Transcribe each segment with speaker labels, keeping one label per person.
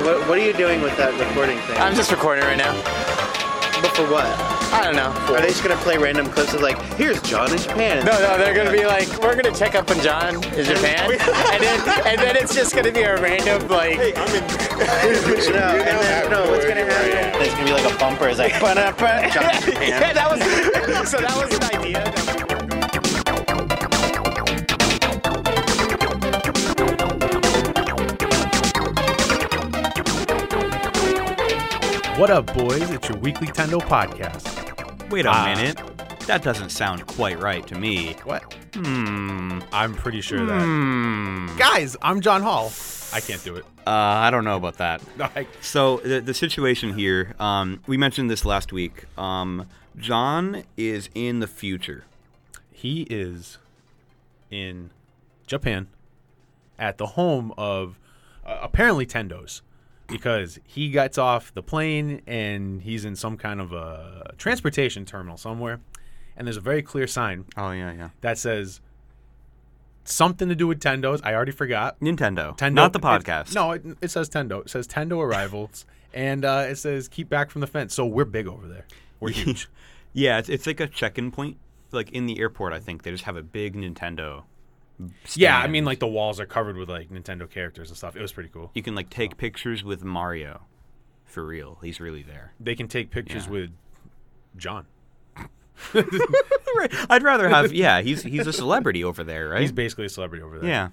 Speaker 1: What, what are you doing with that recording thing?
Speaker 2: I'm just recording right now.
Speaker 1: but for what?
Speaker 2: I don't know.
Speaker 1: Are they just gonna play random clips of like, here's John in Japan?
Speaker 2: No, no, they're gonna be like, we're gonna check up on John in Japan, and then and then it's just gonna be a random like.
Speaker 3: I'm in.
Speaker 1: No, and then, no, what's gonna happen? It's gonna be like a bumper. It's like, "Ba-da-ba, John in Japan.
Speaker 2: Yeah, that was so that was an idea. that-
Speaker 4: What up, boys? It's your weekly Tendo podcast.
Speaker 5: Wait a
Speaker 4: Ah.
Speaker 5: minute. That doesn't sound quite right to me.
Speaker 4: What?
Speaker 5: Hmm.
Speaker 4: I'm pretty sure that.
Speaker 5: Hmm. Uh,
Speaker 4: Guys, I'm John Hall. I can't do it.
Speaker 5: I don't know about that.
Speaker 4: I,
Speaker 5: So the, the situation here, um, we mentioned this last week. Um, John is in the future.
Speaker 4: he is in Japan at the home of uh, apparently Tendo's because he gets off the plane and he's in some kind of a transportation terminal somewhere. And there's a very clear sign
Speaker 5: Oh yeah, yeah.
Speaker 4: that says something to do with Tendo's. I already forgot.
Speaker 5: Nintendo.
Speaker 4: Tendo,
Speaker 5: Not the
Speaker 4: it- it-
Speaker 5: podcast.
Speaker 4: no, it, it says Tendo. It says Tendo arrivals, and uh, it says keep back from the fence. So we're big over there. We're huge.
Speaker 5: Yeah, it's, it's like a check-in point. Like in the airport, I think they just have a big Nintendo.
Speaker 4: yeah, I
Speaker 5: stand.
Speaker 4: mean, like the walls are covered with like Nintendo characters and stuff. It was pretty cool.
Speaker 5: you can like take pictures with Mario. For real, he's really there.
Speaker 4: They can take pictures
Speaker 5: Yeah.
Speaker 4: with John.
Speaker 5: I'd rather have. Yeah, he's he's a celebrity over there, right?
Speaker 4: He's basically a celebrity over there.
Speaker 5: yeah.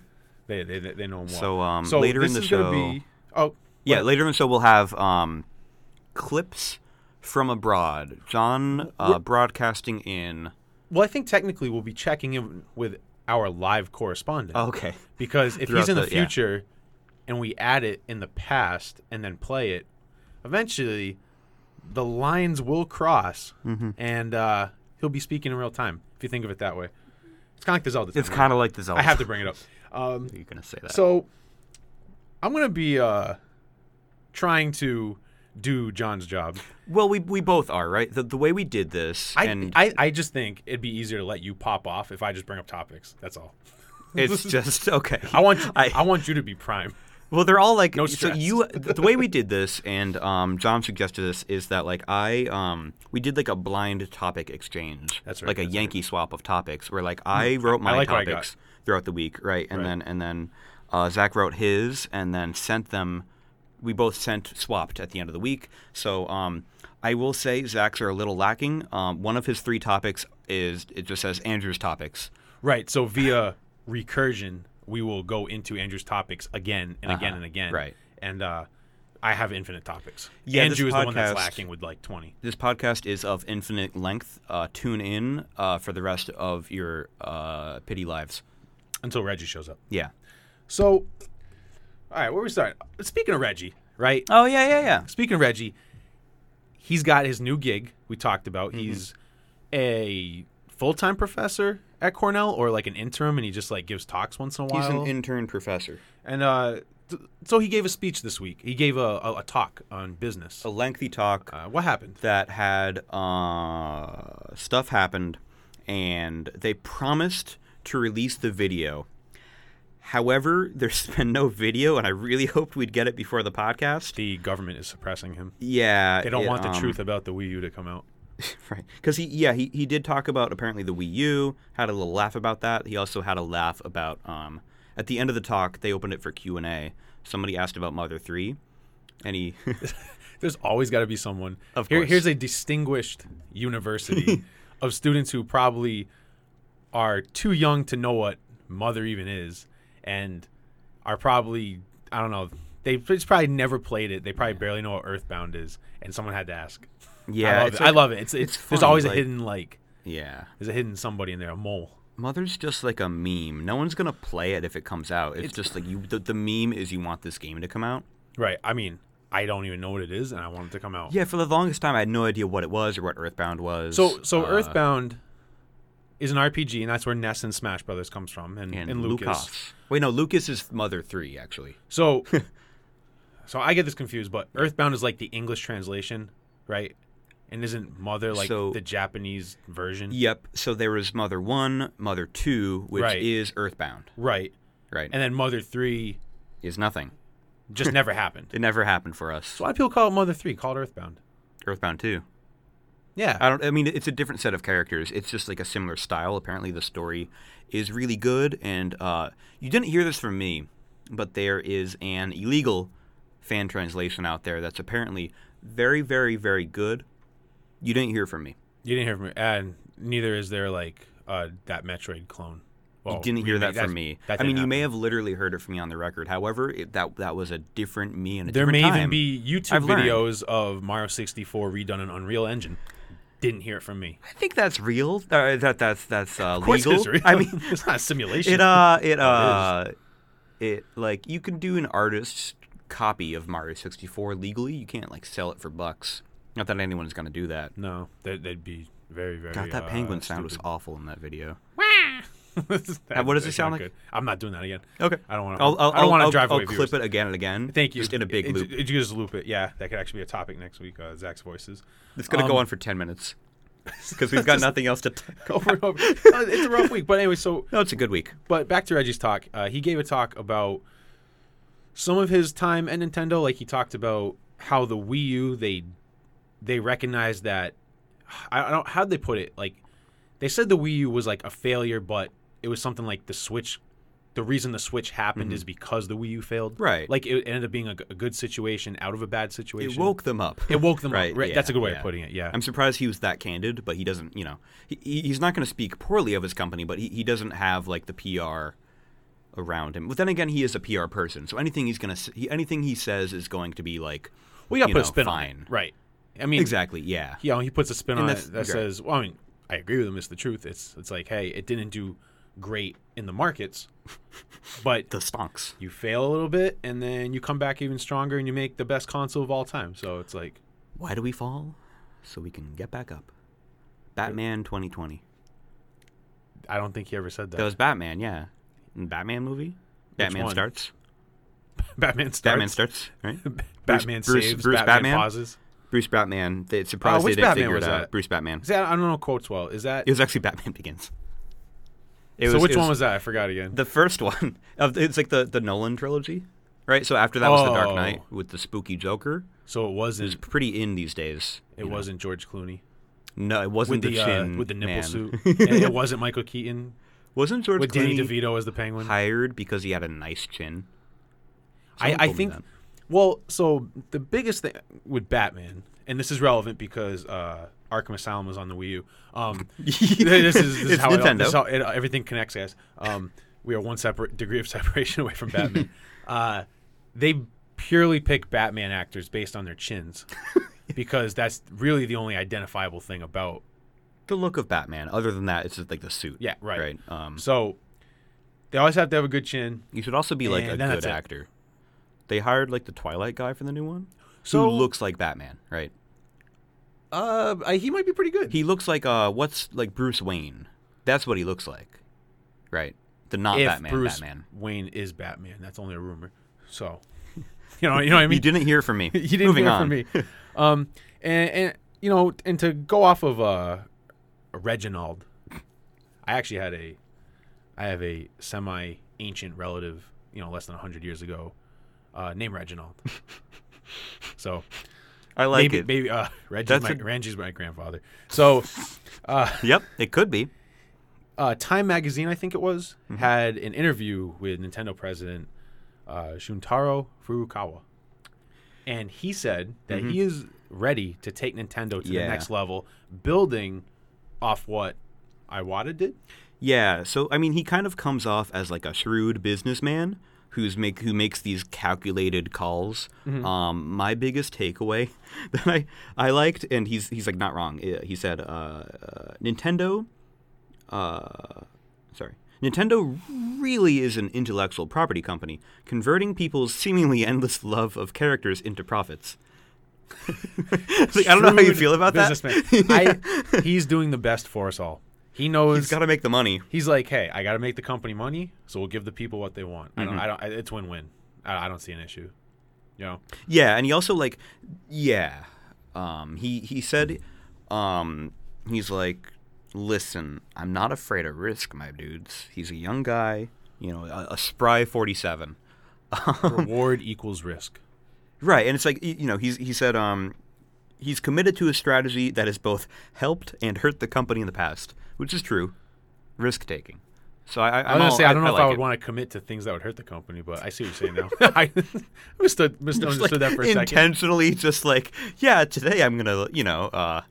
Speaker 4: they they, they, they know him well.
Speaker 5: So, um, later
Speaker 4: this
Speaker 5: in the
Speaker 4: is gonna
Speaker 5: show-
Speaker 4: be- oh
Speaker 5: Yeah,
Speaker 4: what-
Speaker 5: later in the show we'll have um, clips from abroad. John uh, broadcasting in.
Speaker 4: Well, I think technically we'll be checking in with our live correspondent.
Speaker 5: okay.
Speaker 4: because if he's
Speaker 5: Throughout
Speaker 4: in the,
Speaker 5: the- yeah.
Speaker 4: future and we add it in the past and then play it eventually the lines will cross
Speaker 5: Mm-hmm.
Speaker 4: and uh, he'll be speaking in real time if you think of it that way it's kind of like the zelda
Speaker 5: It's
Speaker 4: timeline.
Speaker 5: kind of like the Zelda.
Speaker 4: i have to bring it up um,
Speaker 5: You're gonna say that.
Speaker 4: so i'm going to be uh, trying to do john's job
Speaker 5: well, we we both are right. The, the way we did this,
Speaker 4: I,
Speaker 5: and
Speaker 4: I, I just think it'd be easier to let you pop off if i just bring up topics that's all
Speaker 5: it's just okay.
Speaker 4: i want you, I,
Speaker 5: I-
Speaker 4: want you to be prime
Speaker 5: Well, they're all like
Speaker 4: No
Speaker 5: so.
Speaker 4: stress.
Speaker 5: You the way we did this, and um, John suggested this is that like I um, we did like a blind topic exchange.
Speaker 4: That's right,
Speaker 5: Like a
Speaker 4: that's
Speaker 5: Yankee swap of topics, where like I wrote my
Speaker 4: like what I got.
Speaker 5: topics throughout the week, right? And then and then uh, Zach wrote his, and then sent them. We both sent swapped at the end of the week. So um, I will say Zach's are a little lacking. Um, one of his three topics is it just says Andrew's topics.
Speaker 4: Right. So via recursion, we will go into Andrew's topics again and again and again.
Speaker 5: right.
Speaker 4: And uh, I have infinite topics.
Speaker 5: Yeah, this
Speaker 4: Andrew is the one that's
Speaker 5: podcast-
Speaker 4: lacking with like 20.
Speaker 5: This podcast is of infinite length. Uh, tune in uh, for the rest of your uh, pity lives.
Speaker 4: Until Reggie shows up.
Speaker 5: Yeah.
Speaker 4: So, all right, where we start? Speaking of Reggie, right?
Speaker 5: Oh yeah, yeah, yeah.
Speaker 4: Speaking of Reggie, he's got his new gig we talked about. He's a full time professor at Cornell or like an interim and he just like gives talks once in a while.
Speaker 5: He's an intern professor.
Speaker 4: and uh, th- so he gave a speech this week. He gave a, a, a talk on business.
Speaker 5: A lengthy talk
Speaker 4: Uh, what happened?
Speaker 5: that had uh, stuff happened, and they promised to release the video. However, there's been no video, and I really hoped we'd get it before the podcast.
Speaker 4: the government is suppressing him.
Speaker 5: Yeah,
Speaker 4: They don't
Speaker 5: it,
Speaker 4: want the
Speaker 5: um,
Speaker 4: truth about the Wii U to come out.
Speaker 5: Right. Because he, yeah, he, he did talk about apparently the Wii U, had a little laugh about that. He also had a laugh about, um, at the end of the talk, they opened it for Q&A. Somebody asked about Mother 3, and he,
Speaker 4: There's always got to be someone.
Speaker 5: Of
Speaker 4: Here,
Speaker 5: course.
Speaker 4: here's a distinguished university of students who probably are too young to know what mother even is, and are probably I don't know. They just probably never played it. They probably barely know what Earthbound is, and someone had to ask.
Speaker 5: yeah.
Speaker 4: I love
Speaker 5: it's
Speaker 4: it. I
Speaker 5: like-
Speaker 4: love it. It's, it's,
Speaker 5: it's
Speaker 4: there's
Speaker 5: fun,
Speaker 4: always a
Speaker 5: like-
Speaker 4: hidden like
Speaker 5: Yeah.
Speaker 4: there's a hidden somebody in there, a mole.
Speaker 5: Mother's just like a meme. No one's going to play it if it comes out. It's, just like, you. The, the meme is you want this game to come out.
Speaker 4: Right. I mean, I don't even know what it is, and I want it to come out.
Speaker 5: Yeah, for the longest time, I had no idea what it was or what Earthbound was.
Speaker 4: So so
Speaker 5: Uh,
Speaker 4: Earthbound is an RPG, and that's where Ness and Smash Brothers comes from, and,
Speaker 5: and,
Speaker 4: and Lucas.
Speaker 5: Lucas. Wait, no, Lucas is Mother 3, actually.
Speaker 4: So so I get this confused, but Earthbound is like the English translation, right? And isn't Mother like
Speaker 5: So-
Speaker 4: the Japanese version?
Speaker 5: Yep. So there was Mother One, Mother Two, which
Speaker 4: Right.
Speaker 5: is Earthbound,
Speaker 4: Right.
Speaker 5: right?
Speaker 4: And then Mother Three
Speaker 5: is nothing.
Speaker 4: Just never happened.
Speaker 5: It never happened for us.
Speaker 4: So why people call it Mother Three, called Earthbound.
Speaker 5: Earthbound too.
Speaker 4: Yeah,
Speaker 5: I don't. I mean, it's a different set of characters. It's just like a similar style. Apparently, the story is really good. And uh, you didn't hear this from me, but there is an illegal fan translation out there that's apparently very, very, very good. You didn't hear from me.
Speaker 4: you didn't hear from me, and neither is there like uh, that Metroid clone. Well,
Speaker 5: you didn't hear
Speaker 4: remake,
Speaker 5: that
Speaker 4: Oh, that's-
Speaker 5: from me.
Speaker 4: that
Speaker 5: I mean,
Speaker 4: didn't
Speaker 5: you may
Speaker 4: happen.
Speaker 5: have literally heard it from me on the record. However, it, that that was a different me and a
Speaker 4: There may
Speaker 5: different
Speaker 4: even
Speaker 5: time.
Speaker 4: be YouTube
Speaker 5: I've learned.
Speaker 4: videos of Mario 64 redone in Unreal Engine. Didn't hear it from me.
Speaker 5: I think that's real. Uh, that that's that's uh,
Speaker 4: Of course it
Speaker 5: legal.
Speaker 4: is real.
Speaker 5: I mean,
Speaker 4: it's not a simulation.
Speaker 5: it uh it uh it like you can do an artist's copy of Mario 64 legally. You can't like sell it for bucks. Not that anyone's gonna do that.
Speaker 4: no, that, that'd be very, very.
Speaker 5: God, that
Speaker 4: uh,
Speaker 5: penguin sound was
Speaker 4: stupid.
Speaker 5: awful in that video.
Speaker 4: That-
Speaker 5: what does it
Speaker 4: that's
Speaker 5: sound
Speaker 4: not
Speaker 5: like?
Speaker 4: good. I'm not doing that again.
Speaker 5: Okay,
Speaker 4: I don't want to.
Speaker 5: I'll, I'll,
Speaker 4: I don't want
Speaker 5: I'll-
Speaker 4: to drive
Speaker 5: I'll
Speaker 4: away.
Speaker 5: clip
Speaker 4: viewers.
Speaker 5: it again and again.
Speaker 4: Thank you.
Speaker 5: Just in a big
Speaker 4: It-
Speaker 5: loop.
Speaker 4: it- you just loop it. Yeah, that could actually be a topic next week. Uh, Zach's voices.
Speaker 5: it's gonna
Speaker 4: um,
Speaker 5: go on for ten minutes because we've got nothing else to. talk
Speaker 4: over and over. Uh, it's a rough week, but anyway. So,
Speaker 5: No, it's a good week.
Speaker 4: but back to Reggie's talk. Uh, he gave a talk about some of his time at Nintendo. Like he talked about how the Wii U they they recognized that I I don't how'd they put it like they said the Wii U was like a failure, but it was something like the Switch. The reason the Switch happened is because the Wii U failed.
Speaker 5: Mm-hmm. Right.
Speaker 4: Like it ended up being a, g- a good situation out of a bad situation.
Speaker 5: It woke them up.
Speaker 4: It woke them
Speaker 5: right,
Speaker 4: up. Right.
Speaker 5: yeah,
Speaker 4: That's a good way
Speaker 5: yeah.
Speaker 4: of putting it. Yeah.
Speaker 5: I'm surprised he was that candid, but he doesn't. You know, he, he- he's not going to speak poorly of his company, but he, he doesn't have like the PR around him. But then again, he is a PR person, so anything he's going to he, anything he says is going to be like,
Speaker 4: we gotta
Speaker 5: you
Speaker 4: put
Speaker 5: know,
Speaker 4: a spin on
Speaker 5: fine.
Speaker 4: it. Right. I mean,
Speaker 5: exactly, yeah,
Speaker 4: you know, he puts a spin
Speaker 5: And
Speaker 4: on it
Speaker 5: that's-
Speaker 4: that
Speaker 5: okay.
Speaker 4: says, well, I mean, I agree with him. It's the truth. It's it's like, hey, it didn't do great in the markets, but
Speaker 5: the stonks.
Speaker 4: you fail a little bit and then you come back even stronger and you make the best console of all time. So it's like,
Speaker 5: Why do we fall? So we can get back up. Batman 2020.
Speaker 4: I don't think he ever said that.
Speaker 5: That was Batman, yeah. Batman movie. Batman
Speaker 4: one?
Speaker 5: starts.
Speaker 4: Batman starts.
Speaker 5: Batman starts. Right.
Speaker 4: Batman
Speaker 5: Bruce-
Speaker 4: saves.
Speaker 5: Bruce
Speaker 4: Batman,
Speaker 5: Batman?
Speaker 4: pauses.
Speaker 5: Bruce Batman. They surprised
Speaker 4: Oh, which
Speaker 5: they didn't
Speaker 4: Batman
Speaker 5: figure
Speaker 4: was
Speaker 5: it out.
Speaker 4: that?
Speaker 5: Bruce Batman.
Speaker 4: Is that, I don't know quotes well. Is that
Speaker 5: It was actually Batman Begins. It
Speaker 4: so? which one was that? I forgot again.
Speaker 5: the first one? Of the- it's like the the Nolan trilogy, right? So after that was the Dark
Speaker 4: Oh.
Speaker 5: Knight with the spooky Joker.
Speaker 4: so it
Speaker 5: It's
Speaker 4: wasn't.
Speaker 5: pretty in these days.
Speaker 4: It
Speaker 5: you know.
Speaker 4: wasn't George Clooney
Speaker 5: No, it
Speaker 4: with
Speaker 5: wasn't
Speaker 4: the,
Speaker 5: the,
Speaker 4: uh,
Speaker 5: chin
Speaker 4: with the nipple
Speaker 5: man.
Speaker 4: suit. and it wasn't Michael Keaton
Speaker 5: wasn't George
Speaker 4: with
Speaker 5: Clooney
Speaker 4: Danny DeVito as the Penguin.
Speaker 5: hired because he had a nice chin?
Speaker 4: I,
Speaker 5: Someone
Speaker 4: I
Speaker 5: told me
Speaker 4: think.
Speaker 5: that.
Speaker 4: Well, so the biggest thing with Batman, and this is relevant because uh, Arkham Asylum was on the Wii U. Um, this is, this is
Speaker 5: It's
Speaker 4: how, it, all-
Speaker 5: Nintendo.
Speaker 4: this is how it, everything connects, guys. Um, we are one separate degree of separation away from Batman. uh, they purely pick Batman actors based on their chins because that's really the only identifiable thing about
Speaker 5: The look of Batman. Other than that, it's just like the suit.
Speaker 4: Yeah, right.
Speaker 5: Right. Um,
Speaker 4: so. They always have to have a good chin.
Speaker 5: you should also be like
Speaker 4: And
Speaker 5: a
Speaker 4: then that's
Speaker 5: good
Speaker 4: it.
Speaker 5: actor. They hired like the Twilight guy for the new one,
Speaker 4: So-
Speaker 5: who looks like Batman, right?
Speaker 4: Uh, he might be pretty good.
Speaker 5: He looks like uh, what's like Bruce Wayne. That's what he looks like, right? The not
Speaker 4: if
Speaker 5: Batman.
Speaker 4: Bruce
Speaker 5: Batman.
Speaker 4: Wayne is Batman. That's only a rumor. So, you know, you know what I mean.
Speaker 5: you didn't hear from me.
Speaker 4: You didn't
Speaker 5: Moving
Speaker 4: hear
Speaker 5: on.
Speaker 4: from me. Um, and, and you know, and to go off of uh, Reginald, I actually had a, I have a semi-ancient relative, you know, less than hundred years ago, uh, named Reginald. so
Speaker 5: I like
Speaker 4: maybe
Speaker 5: it.
Speaker 4: maybe uh, Reggie's
Speaker 5: That's
Speaker 4: my,
Speaker 5: a-
Speaker 4: Reggie's my grandfather. So. Uh,
Speaker 5: Yep, it could be.
Speaker 4: uh, Time Magazine, I think it was,
Speaker 5: Mm-hmm.
Speaker 4: had an interview with Nintendo president uh, Shuntaro Furukawa, and he said that he is ready to take Nintendo to
Speaker 5: Mm-hmm. Yeah.
Speaker 4: the next level, building off what Iwata did.
Speaker 5: Yeah. So I mean, he kind of comes off as like a shrewd businessman who's make who makes these calculated calls.
Speaker 4: Mm-hmm.
Speaker 5: Um, my biggest takeaway that I I liked, and he's he's like not wrong. uh, He said, uh, uh, Nintendo, uh, sorry. Nintendo really is an intellectual property company, converting people's seemingly endless love of characters into profits. like, I don't know how you
Speaker 4: Shrewd
Speaker 5: feel about that.
Speaker 4: businessman. I, he's doing the best for us all. He knows.
Speaker 5: He's got to make the money.
Speaker 4: he's like, hey, I got to make the company money, so we'll give the people what they want. I
Speaker 5: Mm-hmm.
Speaker 4: don't. I don't. I- It's win-win. I, I don't see an issue. You know.
Speaker 5: Yeah, and he also like, yeah, um, he he said, um, he's like, listen, I'm not afraid of risk, my dudes. He's a young guy, you know, a, a spry 47.
Speaker 4: Reward equals risk.
Speaker 5: Right, and it's like y- you know he's he said um, he's committed to a strategy that has both helped and hurt the company in the past, which is true. Risk taking. So I, I,
Speaker 4: I'm gonna say I don't know if I would want to commit to things that would hurt the company, but I see what you're saying now. I misunderstood, misunderstood that for a second.
Speaker 5: intentionally just like yeah today I'm gonna you know uh,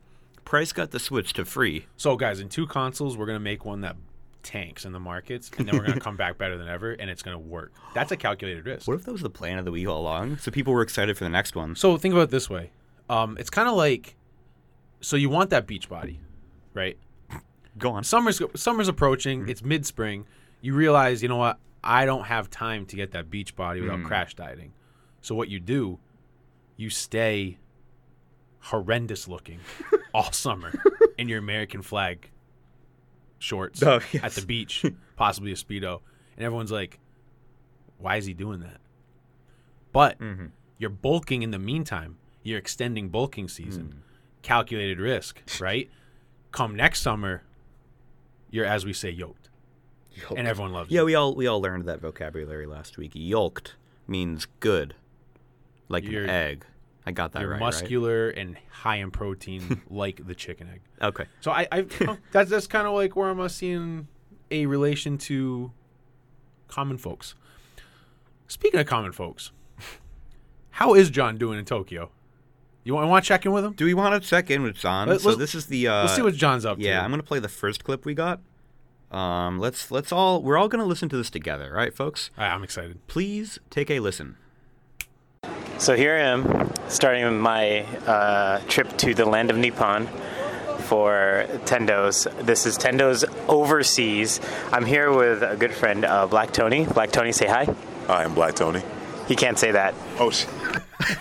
Speaker 5: price got the switch to free.
Speaker 4: So guys, in two consoles, we're gonna make one that tanks in the markets, and then we're gonna come back better than ever, and it's gonna work. That's a calculated risk.
Speaker 5: What if that was the plan of the Wii all along? So people were excited for the next one.
Speaker 4: So think about it this way. Um, it's kind of like, so you want that beach body, right?
Speaker 5: Go on.
Speaker 4: Summer's summer's approaching.
Speaker 5: Mm-hmm.
Speaker 4: It's mid spring. You realize, you know what? I don't have time to get that beach body without
Speaker 5: Mm.
Speaker 4: crash dieting. So what you do, you stay horrendous looking all summer in your American flag shorts
Speaker 5: Oh,
Speaker 4: at
Speaker 5: yes.
Speaker 4: the beach, possibly a speedo, and everyone's like, "Why is he doing that?" But
Speaker 5: Mm-hmm.
Speaker 4: you're bulking in the meantime. You're extending bulking season.
Speaker 5: Mm.
Speaker 4: Calculated risk, right? Come next summer, you're as we say yoked, and everyone loves
Speaker 5: Yeah,
Speaker 4: you.
Speaker 5: we all we all learned that vocabulary last week. Yolked means good, like
Speaker 4: You're-
Speaker 5: an egg. I got that
Speaker 4: You're
Speaker 5: right. right?
Speaker 4: muscular and high in protein, like the chicken egg.
Speaker 5: Okay.
Speaker 4: So I, I that's that's kind of like where I'm uh, seeing a relation to common folks. Speaking of common folks, how is John doing in Tokyo? You want, want to check in with him?
Speaker 5: Do we want to check in with John?
Speaker 4: Let-
Speaker 5: so
Speaker 4: let's-
Speaker 5: this is the. Uh,
Speaker 4: Let's see what John's up
Speaker 5: Yeah,
Speaker 4: to.
Speaker 5: I'm gonna play the first clip we got. Um, let's let's all we're all gonna listen to this together, right, folks?
Speaker 4: All right, I'm excited.
Speaker 5: Please take a listen.
Speaker 2: So here I am, starting my uh, trip to the land of Nippon for Tendo's. This is Tendo's overseas. I'm here with a good friend, uh, Black Tony. Black Tony, say hi.
Speaker 3: Hi, I'm Black Tony.
Speaker 2: He can't say that.
Speaker 3: Oh, shit.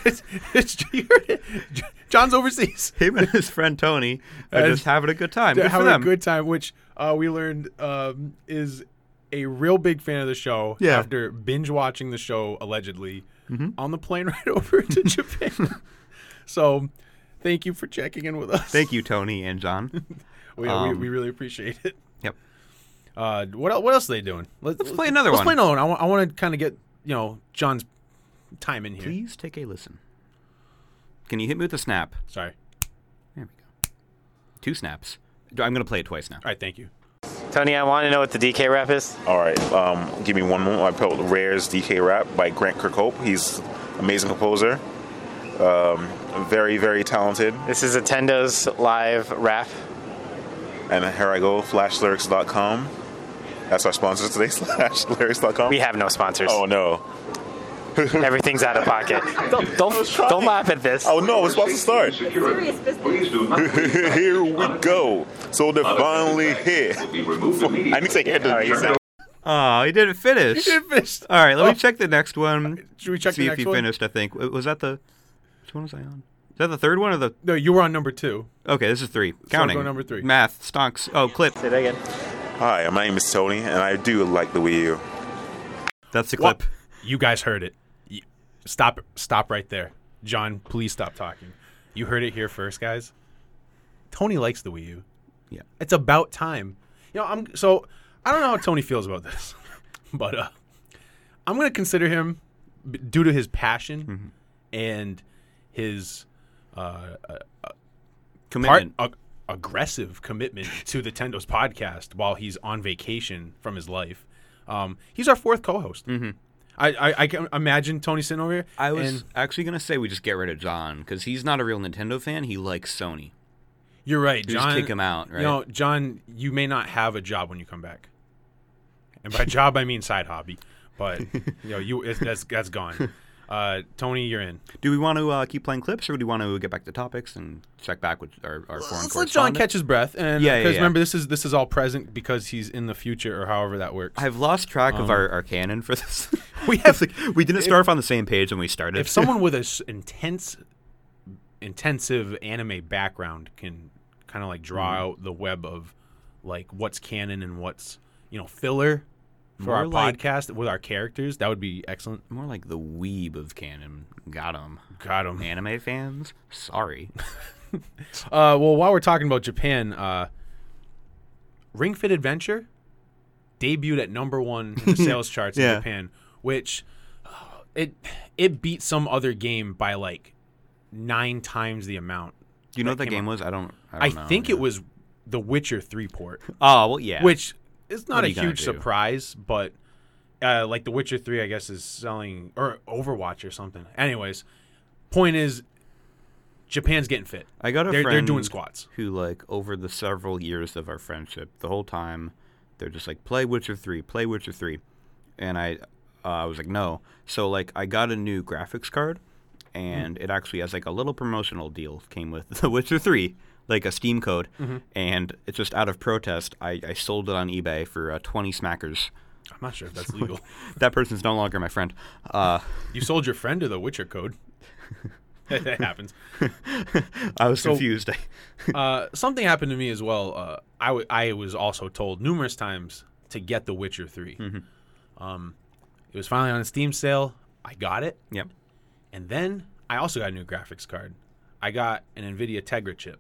Speaker 4: It's, it's, you heard it. J- John's overseas.
Speaker 5: Him and his friend Tony are
Speaker 4: That's-
Speaker 5: just having a good time. Good for
Speaker 4: having a
Speaker 5: them.
Speaker 4: good time, which uh, we learned um, is a real big fan of the show
Speaker 5: Yeah. Mm-hmm.
Speaker 4: after binge watching the show allegedly on the plane ride over to Japan. so, thank you for checking in with us.
Speaker 5: Thank you, Tony and John.
Speaker 4: We,
Speaker 5: Um,
Speaker 4: we, we really appreciate it.
Speaker 5: yep.
Speaker 4: Uh, what el- what else are they doing? Let's,
Speaker 5: play another
Speaker 4: let's
Speaker 5: one.
Speaker 4: play another one. I want, I want to kind of get you know John's time in here.
Speaker 5: Please take a listen. Can you hit me with a snap?
Speaker 4: Sorry.
Speaker 5: There we go. Two snaps. I'm gonna play it twice now.
Speaker 4: All right. Thank you.
Speaker 2: Tony, I want to know what the DK rap is.
Speaker 3: All right, um, give me one moment. I pulled Rare's DK Rap by Grant Kirkhope. He's amazing composer, um, very, very talented.
Speaker 2: This is a Tendo's live rap.
Speaker 3: And here I go, flashlyrics.com. That's our sponsor today, flashlyrics.com.
Speaker 2: We have no sponsors.
Speaker 3: oh, no.
Speaker 2: Everything's out of pocket. Don't don't, don't laugh at this.
Speaker 3: Oh, no, it's about to start.
Speaker 6: Serious business. Please do not
Speaker 3: here we go. So they're finally here.
Speaker 6: be removed immediately.
Speaker 3: I need to hear the
Speaker 5: Oh, he didn't finish.
Speaker 4: Finished.
Speaker 5: All right, let me check the next one.
Speaker 4: Oh. Uh, Should we check
Speaker 5: See
Speaker 4: the
Speaker 5: if
Speaker 4: next
Speaker 5: he
Speaker 4: one?
Speaker 5: finished. I think W- was that the which one was I on? Is that the third one or the
Speaker 4: No, you were on number two.
Speaker 5: okay? This is three. Counting.
Speaker 4: go number three.
Speaker 5: Math stonks. Oh, clip.
Speaker 2: Say that again.
Speaker 3: Hi, my name is Tony, and I do like the Wii U.
Speaker 5: That's the
Speaker 4: Well,
Speaker 5: clip.
Speaker 4: You guys heard it. Y- Stop. Stop right there, John. Please stop talking. You heard it here first, guys. Tony likes the Wii U.
Speaker 5: Yeah.
Speaker 4: It's about time. You know, I'm so I don't know how Tony feels about this, but uh, I'm gonna consider him b- due to his passion and his uh, part,
Speaker 5: Commitment.
Speaker 4: ag- aggressive commitment to the Tendo's podcast while he's on vacation from his life. Um, he's our fourth co-host. Mm-hmm. I, I I can imagine Tony sitting over here.
Speaker 5: I was
Speaker 4: and
Speaker 5: actually gonna say we just get rid of John because he's not a real Nintendo fan. He likes Sony.
Speaker 4: you're right,
Speaker 5: just
Speaker 4: John.
Speaker 5: kick him out, right?
Speaker 4: You know, John, you may not have a job when you come back, and by job I mean side hobby. But you know, you it's, that's that's gone. Uh, Tony, you're in.
Speaker 5: Do we want to uh, keep playing clips, or do we want to get back to topics and check back with our, our foreign
Speaker 4: Let's let John
Speaker 5: correspondent?
Speaker 4: catch his breath, and
Speaker 5: Yeah, yeah,
Speaker 4: because
Speaker 5: yeah.
Speaker 4: remember this is this is all present because he's in the future or however that works.
Speaker 5: I've lost track of
Speaker 4: Um,
Speaker 5: our, our canon for this.
Speaker 4: We have-
Speaker 5: It's like, we didn't start off on the same page when we started.
Speaker 4: if someone with an intense intensive anime background can kind of like draw
Speaker 5: Mm-hmm.
Speaker 4: out the web of like what's canon and what's you know filler for our
Speaker 5: More like-
Speaker 4: podcast with our characters that would be excellent
Speaker 5: more like the weeb of canon, got him.
Speaker 4: got him
Speaker 5: Anime fans, sorry.
Speaker 4: uh, well while we're talking about japan uh, ring fit adventure debuted at number one in the sales charts
Speaker 5: Yeah.
Speaker 4: in japan which uh, it it beat some other game by like nine times the amount.
Speaker 5: Do you know what that
Speaker 4: came
Speaker 5: game
Speaker 4: out.
Speaker 5: was? I don't. I,
Speaker 4: I
Speaker 5: don't know,
Speaker 4: think
Speaker 5: yeah.
Speaker 4: it was The Witcher three port,
Speaker 5: Oh well, yeah.
Speaker 4: which is not
Speaker 5: What
Speaker 4: a
Speaker 5: are you gonna
Speaker 4: huge
Speaker 5: do?
Speaker 4: surprise, but uh, like The Witcher three, I guess is selling or Overwatch or something. Anyways, point is, Japan's getting fit.
Speaker 5: I got a
Speaker 4: they're,
Speaker 5: friend
Speaker 4: they're doing squats.
Speaker 5: who like over the several years of our friendship, the whole time they're just like play Witcher 3, play Witcher 3. And I uh, I was like no. So like I got a new graphics card
Speaker 4: Mm-hmm.
Speaker 5: and it actually has like a little promotional deal came with The Witcher 3, like a Steam code.
Speaker 4: Mm-hmm.
Speaker 5: And it's just out of protest, I, I sold it on eBay for uh, 20 smackers.
Speaker 4: I'm not sure if that's legal.
Speaker 5: That person's no longer my friend. Uh,
Speaker 4: you sold your friend to the Witcher code. that happens.
Speaker 5: I was confused.
Speaker 4: Uh, something happened to me as well. Uh, I, w- I was also told numerous times to get The Witcher 3. Um,
Speaker 5: Mm-hmm.
Speaker 4: it was finally on a Steam sale. I got it.
Speaker 5: yep.
Speaker 4: And then I also got a new graphics card. I got an NVIDIA Tegra chip,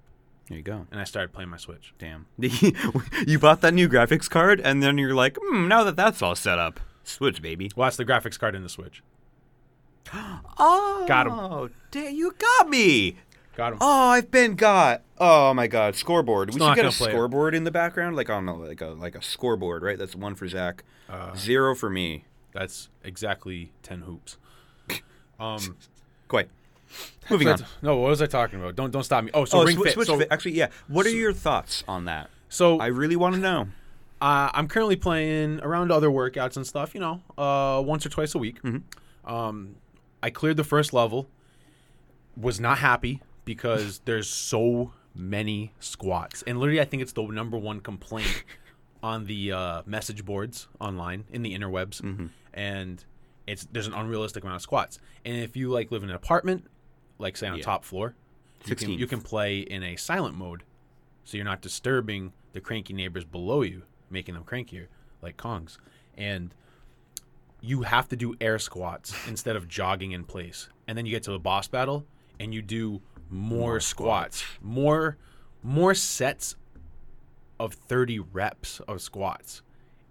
Speaker 5: There you go.
Speaker 4: and I started playing my Switch.
Speaker 5: Damn. you bought that new graphics card, and then you're like, hmm, now that that's all set up, Switch, baby.
Speaker 4: Well, that's the graphics card in the Switch.
Speaker 5: Oh,
Speaker 4: Got 'em.
Speaker 5: Oh, you got me.
Speaker 4: Got him.
Speaker 5: Oh, I've been got. Oh my God, scoreboard.
Speaker 4: Still
Speaker 5: we
Speaker 4: not
Speaker 5: should get
Speaker 4: gonna
Speaker 5: a
Speaker 4: play it.
Speaker 5: scoreboard in the background, like on a, like a like a scoreboard, right? That's one for Zach,
Speaker 4: Uh.
Speaker 5: zero for me.
Speaker 4: That's exactly 10 hoops. Um,
Speaker 5: Quite. Moving on.
Speaker 4: no, what was I talking about? Don't don't stop me. Oh, so
Speaker 5: Oh,
Speaker 4: Ring
Speaker 5: Swi-
Speaker 4: Fit.
Speaker 5: Switch
Speaker 4: so
Speaker 5: Fit. Actually, yeah. What are your thoughts on that?
Speaker 4: so
Speaker 5: I really want to know.
Speaker 4: Uh, I'm currently playing around other workouts and stuff, you know, uh, once or twice a week.
Speaker 5: Mm-hmm.
Speaker 4: Um, I cleared the first level, was not happy because there's so many squats. And literally, I think it's the number one complaint on the uh, message boards online, in the interwebs. And it's there's an unrealistic amount of squats. And if you like live in an apartment, like say on top floor, you can,
Speaker 5: 16th.
Speaker 4: you can play in a silent mode so you're not disturbing the cranky neighbors below you, making them crankier, like Kongs. And you have to do air squats instead of jogging in place. And then you get to the boss battle and you do more, squats, more more sets of 30 reps of squats.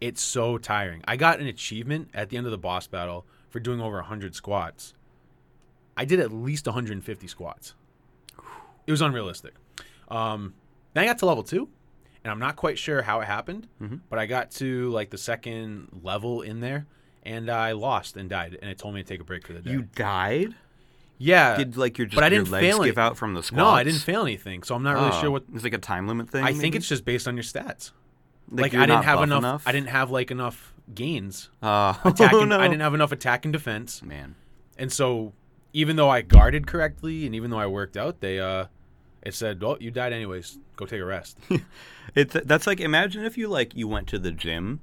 Speaker 4: It's so tiring. I got an achievement at the end of the boss battle for doing over 100 squats. I did at least 150 squats. It was unrealistic. Um, then I got to level two, and I'm not quite sure how it happened,
Speaker 5: Mm-hmm.
Speaker 4: but I got to like the second level in there, and I lost and died, and it told me to take a break for the day.
Speaker 5: You died?
Speaker 4: yeah,
Speaker 5: Did like your just
Speaker 4: but I
Speaker 5: your
Speaker 4: didn't
Speaker 5: legs
Speaker 4: fail
Speaker 5: give
Speaker 4: any-
Speaker 5: out from the squats?
Speaker 4: no, I didn't fail anything, so I'm not really
Speaker 5: Oh,
Speaker 4: sure what.
Speaker 5: it's like a time limit thing.
Speaker 4: I think
Speaker 5: maybe?
Speaker 4: it's just based on your stats.
Speaker 5: Like,
Speaker 4: Like,
Speaker 5: you're
Speaker 4: I didn't
Speaker 5: not
Speaker 4: have
Speaker 5: buff
Speaker 4: enough,
Speaker 5: enough?
Speaker 4: I didn't have like enough gains.
Speaker 5: Uh,
Speaker 4: Attack
Speaker 5: oh,
Speaker 4: and-
Speaker 5: no.
Speaker 4: I didn't have enough attack and defense,
Speaker 5: Man,
Speaker 4: and so even though I guarded correctly and even though I worked out, they uh, it said, "Well, you died anyways. Go take a rest."
Speaker 5: it's that's like imagine if you like you went to the gym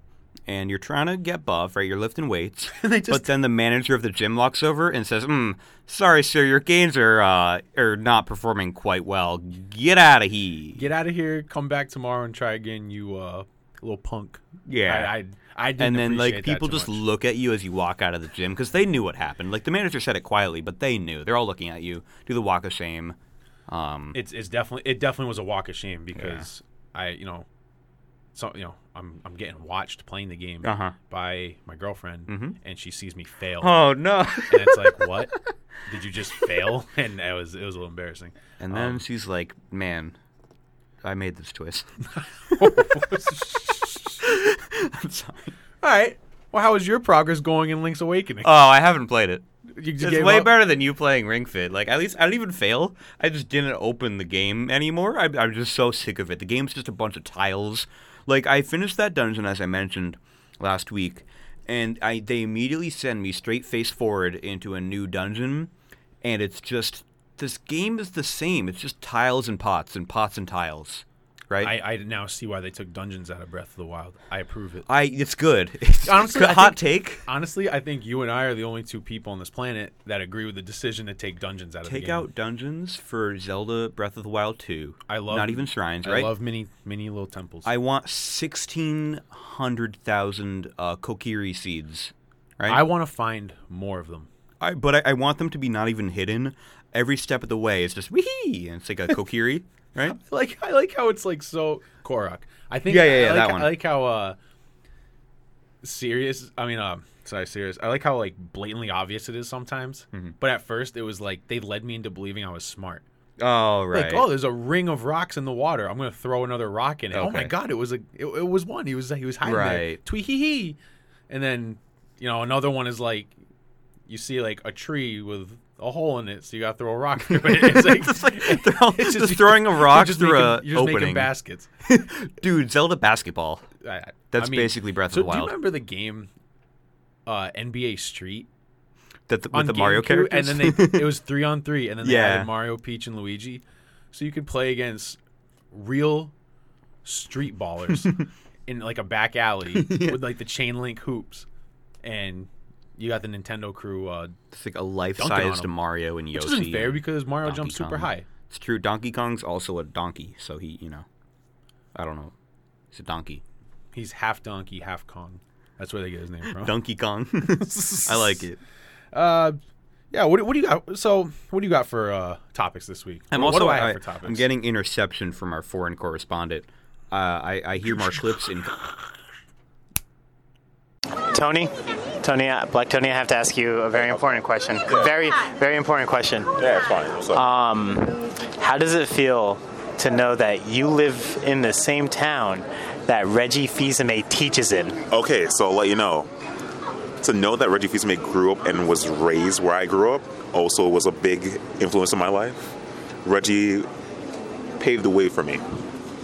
Speaker 5: and you're trying to get buff, right? You're lifting weights,
Speaker 4: And they just-
Speaker 5: but then the manager of the gym walks over and says, "Hmm, sorry, sir, your gains are uh, are not performing quite well. Get out of here."
Speaker 4: get out of here, come back tomorrow and try again, you uh, little punk.
Speaker 5: Yeah.
Speaker 4: I, I, I didn't
Speaker 5: and then like
Speaker 4: appreciate that
Speaker 5: people
Speaker 4: too
Speaker 5: just
Speaker 4: much.
Speaker 5: look at you as you walk out of the gym because they knew what happened. Like the manager said it quietly, but they knew. They're all looking at you. Do the walk of shame. Um,
Speaker 4: It's, it's definitely it definitely was a walk of shame because I you know, so you know I'm I'm getting watched playing the game
Speaker 5: Uh-huh. Mm-hmm.
Speaker 4: by my girlfriend and she sees me fail
Speaker 5: oh no.
Speaker 4: and it's like what did you just fail and it was it was a little embarrassing.
Speaker 5: And then she's like, "Man, I made this choice." I'm sorry.
Speaker 4: All right. Well, how is your progress going in Link's Awakening?
Speaker 5: Oh, I haven't played it.
Speaker 4: You just
Speaker 5: It's
Speaker 4: gave
Speaker 5: way
Speaker 4: up?
Speaker 5: better than you playing Ring Fit. Like, at least I didn't even fail. I just didn't open the game anymore. I, I'm just so sick of it. The game's just a bunch of tiles. Like, I finished that dungeon as I mentioned last week, and I they immediately send me straight face forward into a new dungeon, and it's just this game is the same. It's just tiles and pots and pots and tiles, right?
Speaker 4: I, I now see why they took dungeons out of Breath of the Wild. I approve it.
Speaker 5: I it's good. It's
Speaker 4: Honestly,
Speaker 5: good.
Speaker 4: I
Speaker 5: hot take.
Speaker 4: Honestly, I think you and I are the only two people on this planet that agree with the decision to take dungeons out of the
Speaker 5: Take
Speaker 4: game.
Speaker 5: out dungeons for Zelda Breath of the Wild 2.
Speaker 4: I love
Speaker 5: not even shrines,
Speaker 4: I
Speaker 5: right?
Speaker 4: love mini mini little temples.
Speaker 5: I want sixteen hundred thousand uh, kokiri seeds, right?
Speaker 4: I want to find more of them.
Speaker 5: I- but I, I want them to be not even hidden. Every step of the way is just weehee, and it's like a kokiri, right?
Speaker 4: Like I like how it's like so Korok. I think
Speaker 5: Yeah, yeah, yeah,
Speaker 4: I like,
Speaker 5: that one.
Speaker 4: I like how uh serious. I mean, um Sorry, serious. I like how like blatantly obvious it is sometimes.
Speaker 5: Mm-hmm.
Speaker 4: But at first, it was like they led me into believing I was smart.
Speaker 5: Oh right.
Speaker 4: Like, oh, there's a ring of rocks in the water. I'm gonna throw another rock in it. Oh my
Speaker 5: Okay.
Speaker 4: god, it was a it, it was one. He was he was hiding there.
Speaker 5: Right.
Speaker 4: Tweehee hee. And then, you know, another one is like you see like a tree with a hole in it, so you gotta throw a rock through it. It's like,
Speaker 5: Just like throw-
Speaker 4: it's
Speaker 5: just throwing a
Speaker 4: you're
Speaker 5: rock
Speaker 4: just
Speaker 5: through
Speaker 4: making,
Speaker 5: a
Speaker 4: you're just making
Speaker 5: opening.
Speaker 4: baskets.
Speaker 5: Dude, Zelda basketball.
Speaker 4: I- I,
Speaker 5: That's
Speaker 4: I mean,
Speaker 5: basically Breath of
Speaker 4: so
Speaker 5: the
Speaker 4: Do you
Speaker 5: Wild.
Speaker 4: remember the game uh, NBA Street
Speaker 5: That the, with
Speaker 4: on
Speaker 5: the Mario
Speaker 4: GameCube?
Speaker 5: characters.
Speaker 4: and then they it was three on three, and then they
Speaker 5: Yeah.
Speaker 4: added Mario, Peach, and Luigi, so you could play against real street ballers in like a back alley with like the chain link hoops, and you got the Nintendo crew. Uh,
Speaker 5: it's like a life-sized
Speaker 4: 'em.
Speaker 5: Mario and
Speaker 4: which
Speaker 5: Yoshi.
Speaker 4: isn't fair because Mario
Speaker 5: Donkey
Speaker 4: jumps super
Speaker 5: Kong.
Speaker 4: high.
Speaker 5: It's true. Donkey Kong's also a donkey, so he, you know, I don't know. He's a donkey.
Speaker 4: He's half donkey, half Kong. That's where they get his name from.
Speaker 5: Donkey Kong. I like it.
Speaker 4: Uh, yeah. What, what do you got? So, what do you got for uh, topics this week?
Speaker 5: I'm
Speaker 4: what,
Speaker 5: also
Speaker 4: what do I have
Speaker 5: I,
Speaker 4: for topics?
Speaker 5: am getting interception from our foreign correspondent. Uh, I, I hear more clips in.
Speaker 2: Tony, Tony, uh, Black Tony, I have to ask you a very important question. Very, very important question.
Speaker 3: Yeah, it's fine. What's up?
Speaker 2: Um, how does it feel to know that you live in the same town that Reggie Fils-Aimé teaches in?
Speaker 3: Okay, so I'll let you know. To know that Reggie Fils-Aimé grew up and was raised where I grew up also was a big influence in my life. Reggie paved the way for me,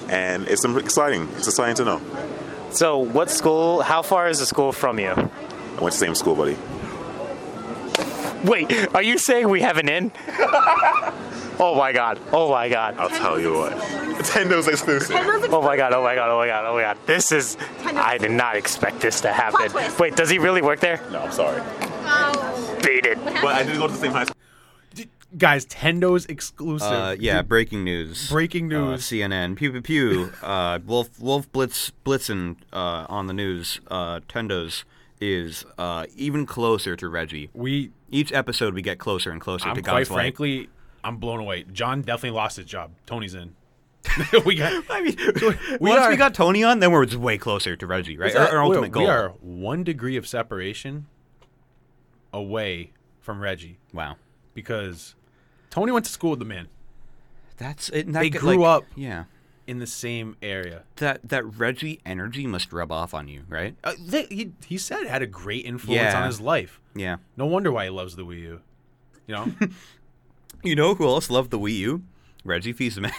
Speaker 3: and it's exciting. It's exciting to know.
Speaker 2: So, what school? How far is the school from you?
Speaker 3: I went to the same school, buddy.
Speaker 2: Wait, are you saying we have an in? oh my god! Oh my god!
Speaker 3: I'll tell you what. Nintendo's exclusive.
Speaker 2: Oh my god! Oh my god! Oh my god! Oh my god! This is. I did not expect this to happen. Wait, does he really work there?
Speaker 3: No, I'm sorry,
Speaker 2: Beat it.
Speaker 3: but I did go to the same high school.
Speaker 4: guys Tendo's exclusive.
Speaker 5: Uh, yeah, breaking news.
Speaker 4: Breaking
Speaker 5: Uh,
Speaker 4: news.
Speaker 5: CNN. Pew pew pew. uh, Wolf Wolf Blitz Blitzen uh, on the news. Uh, Tendo's is uh, even closer to Reggie.
Speaker 4: we.
Speaker 5: Each episode we get closer and closer
Speaker 4: I'm
Speaker 5: to
Speaker 4: quite
Speaker 5: God's light.
Speaker 4: frankly, I'm blown away. John definitely lost his job. Tony's in. we got.
Speaker 5: I mean,
Speaker 4: we
Speaker 5: once
Speaker 4: are-
Speaker 5: we got Tony on, then we're just way closer to Reggie, right? Our, our
Speaker 4: we-
Speaker 5: ultimate goal.
Speaker 4: We are one degree of separation away from Reggie
Speaker 5: Wow,
Speaker 4: because Tony went to school with the man
Speaker 5: that's it. and That
Speaker 4: They
Speaker 5: get,
Speaker 4: grew
Speaker 5: like-
Speaker 4: up.
Speaker 5: Yeah,
Speaker 4: in the same area.
Speaker 5: that that Reggie energy must rub off on you, right?
Speaker 4: Uh, they, he he said it had a great influence
Speaker 5: Yeah.
Speaker 4: on his life.
Speaker 5: Yeah.
Speaker 4: No wonder why he loves the Wii U. You know,
Speaker 5: You know who else loved the Wii U? Reggie Fils-Aimé.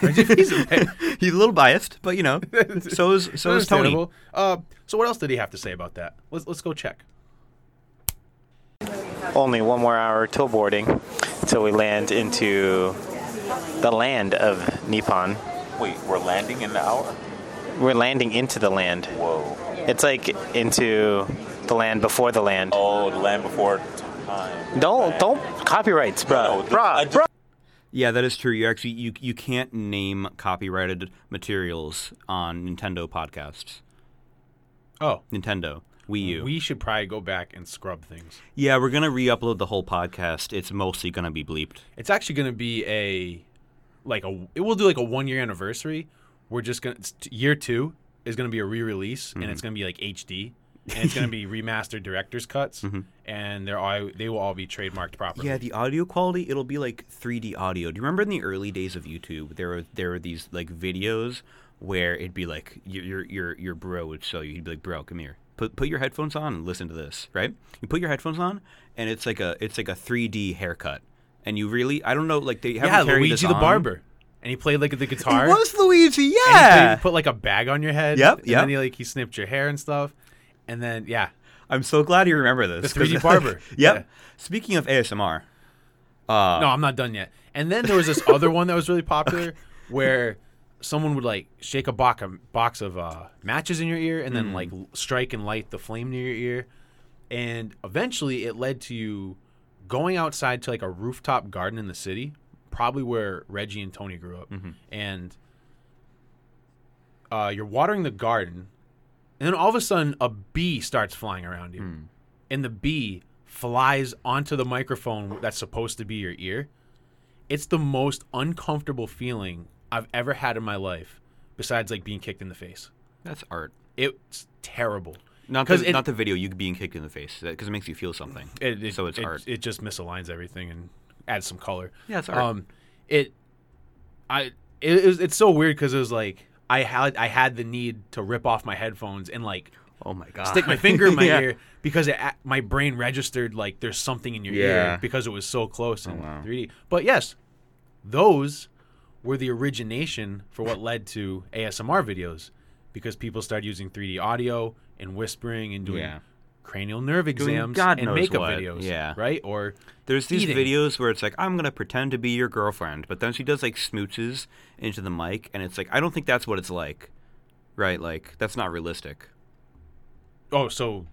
Speaker 5: He's a little biased, but you know, so is so is Tony.
Speaker 4: Understandable. Uh, so what else did he have to say about that? Let's let's go check.
Speaker 2: only one more hour till boarding till we land into the land of Nippon.
Speaker 3: Wait, we're landing in an hour?
Speaker 2: We're landing into the land.
Speaker 3: Whoa!
Speaker 2: It's like into the land before the land.
Speaker 3: Oh, the land before time.
Speaker 2: Don't don't copyrights, bro.
Speaker 5: Yeah, that is true. You actually you you can't name copyrighted materials on Nintendo podcasts.
Speaker 4: Oh,
Speaker 5: Nintendo Wii U.
Speaker 4: we should probably go back and scrub things.
Speaker 5: yeah, we're gonna re-upload the whole podcast. It's mostly gonna be bleeped.
Speaker 4: It's actually going to be a like a it will do like a one year anniversary. We're just going to year two is going to be a re release and
Speaker 5: Mm-hmm.
Speaker 4: it's going to be like HD and it's going to be remastered director's cuts and they're all they will all be trademarked properly.
Speaker 5: Mm-hmm. Yeah, the audio quality it'll be like 3D audio. Do you remember in the early days of YouTube, there were there were these like videos where it'd be like your your your, your bro would show you. He'd be like, "Bro, come here. Put put your headphones on and listen to this." Right? You put your headphones on, and it's like a it's like a 3D haircut. And you really, I don't know, like they haven't
Speaker 4: yeah,
Speaker 5: carried
Speaker 4: Luigi
Speaker 5: this
Speaker 4: the
Speaker 5: on.
Speaker 4: barber, and he played like the guitar.
Speaker 5: It was Luigi,
Speaker 4: and he played-
Speaker 5: yeah.
Speaker 4: put like a bag on your head.
Speaker 5: Yep,
Speaker 4: and
Speaker 5: yep.
Speaker 4: Then he like he snipped your hair and stuff, and then yeah,
Speaker 5: I'm so glad you remember this.
Speaker 4: The 3D
Speaker 5: 'cause-
Speaker 4: barber,
Speaker 5: yep.
Speaker 4: yeah.
Speaker 5: Speaking of ASMR,
Speaker 4: no, I'm not done yet. And then there was this other one that was really popular where someone would like shake a box, a box of uh, matches in your ear and then like l- strike and light the flame near your ear. And eventually it led to you going outside to like a rooftop garden in the city, probably where Reggie and Tony grew up. And uh, you're watering the garden. And then all of a sudden a bee starts flying around you and the bee flies onto the microphone that's supposed to be your ear. It's the most uncomfortable feeling I've ever had in my life, besides like being kicked in the face.
Speaker 5: that's art.
Speaker 4: It's terrible.
Speaker 5: Not the,
Speaker 4: 'Cause it-
Speaker 5: not the video. You being kicked in the face because it makes you feel something.
Speaker 4: It, it,
Speaker 5: so it's
Speaker 4: it,
Speaker 5: art.
Speaker 4: It just misaligns everything and adds some color.
Speaker 5: Yeah, it's art.
Speaker 4: Um, it, I, it, it was, it's so weird because it was like I had I had the need to rip off my headphones and like
Speaker 5: oh my god!
Speaker 4: stick my finger in my
Speaker 5: Yeah.
Speaker 4: ear because it, ac- my brain registered like there's something in your
Speaker 5: Yeah. Oh,
Speaker 4: ear because it was so close in 3D. But yes, those were the origination for what led to ASMR videos because people started using 3D audio and whispering and doing
Speaker 5: Yeah.
Speaker 4: cranial nerve exams
Speaker 5: God
Speaker 4: and
Speaker 5: knows
Speaker 4: makeup
Speaker 5: what,
Speaker 4: videos,
Speaker 5: yeah.
Speaker 4: right? Or
Speaker 5: There's these
Speaker 4: eating.
Speaker 5: videos where it's like I'm gonna pretend to be your girlfriend, but then she does like smooches into the mic, and it's like I don't think that's what it's like, right? Like that's not realistic.
Speaker 4: oh, so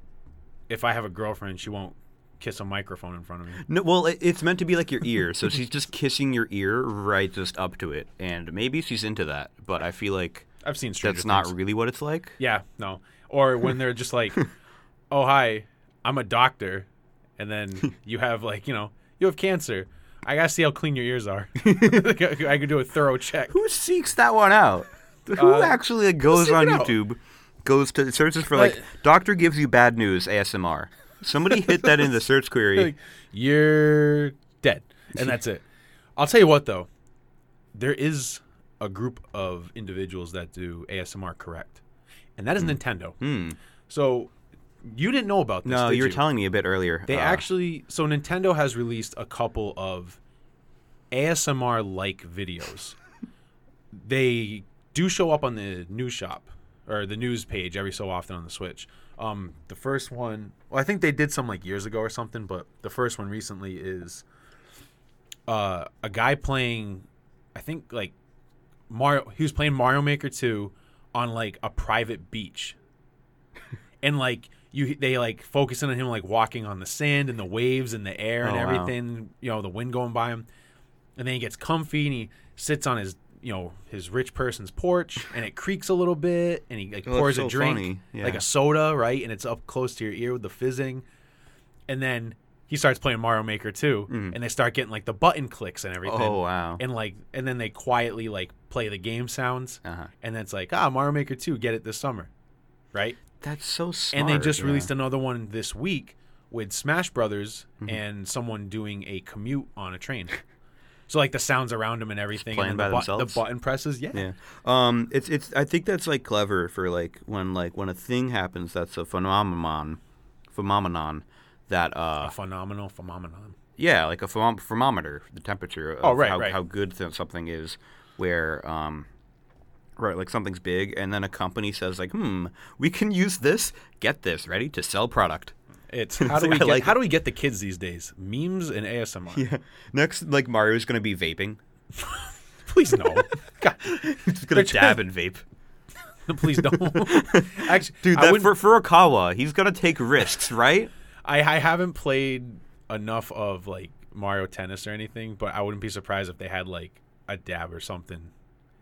Speaker 4: if I have a girlfriend, she won't kiss a microphone in front of me.
Speaker 5: No, well, it, it's meant to be like your ear, so she's just kissing your ear right just up to it, and maybe she's into that, but I feel like
Speaker 4: I've seen Stranger
Speaker 5: that's not
Speaker 4: Things.
Speaker 5: really what it's like.
Speaker 4: Yeah, no. Or when they're just like, "Oh hi, I'm a doctor," and then you have like you know you have cancer. I gotta see how clean your ears are. I could do a thorough check.
Speaker 5: Who seeks that one out? Who actually goes
Speaker 4: seek
Speaker 5: on
Speaker 4: Uh, it out.
Speaker 5: YouTube, goes to searches for like doctor gives you bad news ASMR? Somebody hit that in the search query.
Speaker 4: Like, you're dead, and that's it. I'll tell you what though, there is a group of individuals that do ASMR correct, and
Speaker 5: Hmm.
Speaker 4: that is Nintendo. So you didn't know about this?
Speaker 5: no,
Speaker 4: did
Speaker 5: you were
Speaker 4: you?
Speaker 5: telling me a bit earlier.
Speaker 4: They
Speaker 5: uh,
Speaker 4: actually so Nintendo has released a couple of ASMR like videos. they do show up on the news shop or the news page every so often on the Switch. Um, the first one, well, I think they did some like years ago or something, but the first one recently is uh, a guy playing, I think like Mario. He was playing Mario Maker two on like a private beach and like you they like focus in on him like walking on the sand and the waves and the air and
Speaker 5: Oh, wow.
Speaker 4: everything you know the wind going by him and then he gets comfy and he sits on his you know his rich person's porch and it creaks a little bit and he like
Speaker 5: Oh, that's
Speaker 4: pours
Speaker 5: so
Speaker 4: a drink
Speaker 5: funny. Yeah.
Speaker 4: like a soda right and it's up close to your ear with the fizzing and then he starts playing Mario Maker 2 and they start getting like the button clicks and everything
Speaker 5: Mm. Oh, wow.
Speaker 4: and like and then they quietly like play the game sounds
Speaker 5: Uh-huh.
Speaker 4: and then it's like ah Mario Maker 2 get it this summer right
Speaker 5: That's so smart.
Speaker 4: and they just
Speaker 5: yeah.
Speaker 4: released another one this week with Smash Brothers
Speaker 5: Mm-hmm.
Speaker 4: and someone doing a commute on a train. so like the sounds around them and everything,
Speaker 5: playing
Speaker 4: and
Speaker 5: by
Speaker 4: then the, bu- the
Speaker 5: themselves?
Speaker 4: button presses. Yeah.
Speaker 5: Yeah. Um. It's it's. I think that's like clever for like when like when a thing happens that's a phenomenon, phenomenon, that uh
Speaker 4: phenomenal phenomenon.
Speaker 5: yeah like a phenom- thermometer, the temperature. Of
Speaker 4: Oh, right,
Speaker 5: how,
Speaker 4: right.
Speaker 5: How good th- something is, where um. Right, like something's big, and then a company says, like, "Hmm, we can use this. Get this ready to sell product."
Speaker 4: It's how do
Speaker 5: I
Speaker 4: we get,
Speaker 5: like
Speaker 4: how do we get the kids these days? Memes and ASMR.
Speaker 5: Next, like Mario's gonna be vaping.
Speaker 4: Please no. God,
Speaker 5: He's gonna
Speaker 4: They're
Speaker 5: dab and vape.
Speaker 4: please don't. Actually,
Speaker 5: Dude,
Speaker 4: I
Speaker 5: that
Speaker 4: wouldn't-
Speaker 5: for Furukawa, he's gonna take risks, right?
Speaker 4: I, I haven't played enough of like Mario Tennis or anything, but I wouldn't be surprised if they had like a dab or something.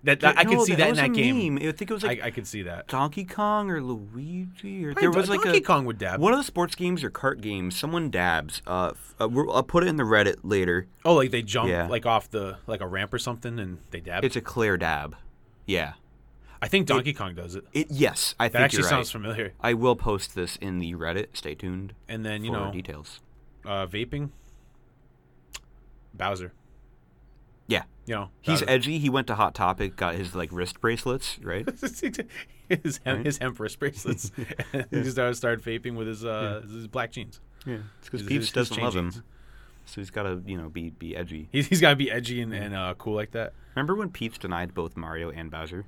Speaker 4: That, that- I
Speaker 5: No,
Speaker 4: could see that in
Speaker 5: was
Speaker 4: that
Speaker 5: a
Speaker 4: game.
Speaker 5: meme. I think it was like
Speaker 4: I, I could see that.
Speaker 5: Donkey Kong or Luigi or
Speaker 4: Probably Do-
Speaker 5: there was like
Speaker 4: Donkey
Speaker 5: a,
Speaker 4: Kong would dab.
Speaker 5: One of the sports games or cart games, someone dabs. Uh, f- uh, we'll- I'll put it in the Reddit later.
Speaker 4: Oh, like they jump
Speaker 5: Yeah.
Speaker 4: like off the like a ramp or something and they dab.
Speaker 5: It's a clear dab. Yeah.
Speaker 4: I think Donkey Kong does it.
Speaker 5: It yes, I
Speaker 4: That
Speaker 5: think
Speaker 4: actually
Speaker 5: you're
Speaker 4: sounds
Speaker 5: right.
Speaker 4: familiar.
Speaker 5: I will post this in the Reddit. Stay tuned
Speaker 4: And then you
Speaker 5: for
Speaker 4: know,
Speaker 5: details.
Speaker 4: uh, vaping. Bowser,
Speaker 5: Yeah.
Speaker 4: you know
Speaker 5: He's
Speaker 4: Bowser.
Speaker 5: edgy. He went to Hot Topic, got his like wrist bracelets, right?
Speaker 4: his hem-
Speaker 5: Hmm?
Speaker 4: his empress bracelets. he just started, started vaping with his uh his black jeans.
Speaker 5: yeah, it's because
Speaker 4: His-
Speaker 5: Peeps
Speaker 4: his- his
Speaker 5: doesn't love
Speaker 4: changing.
Speaker 5: him, so he's got to you know be be edgy.
Speaker 4: He's, he's got to be edgy and, and uh, cool like that.
Speaker 5: Remember when Peeps denied both Mario and Bowser?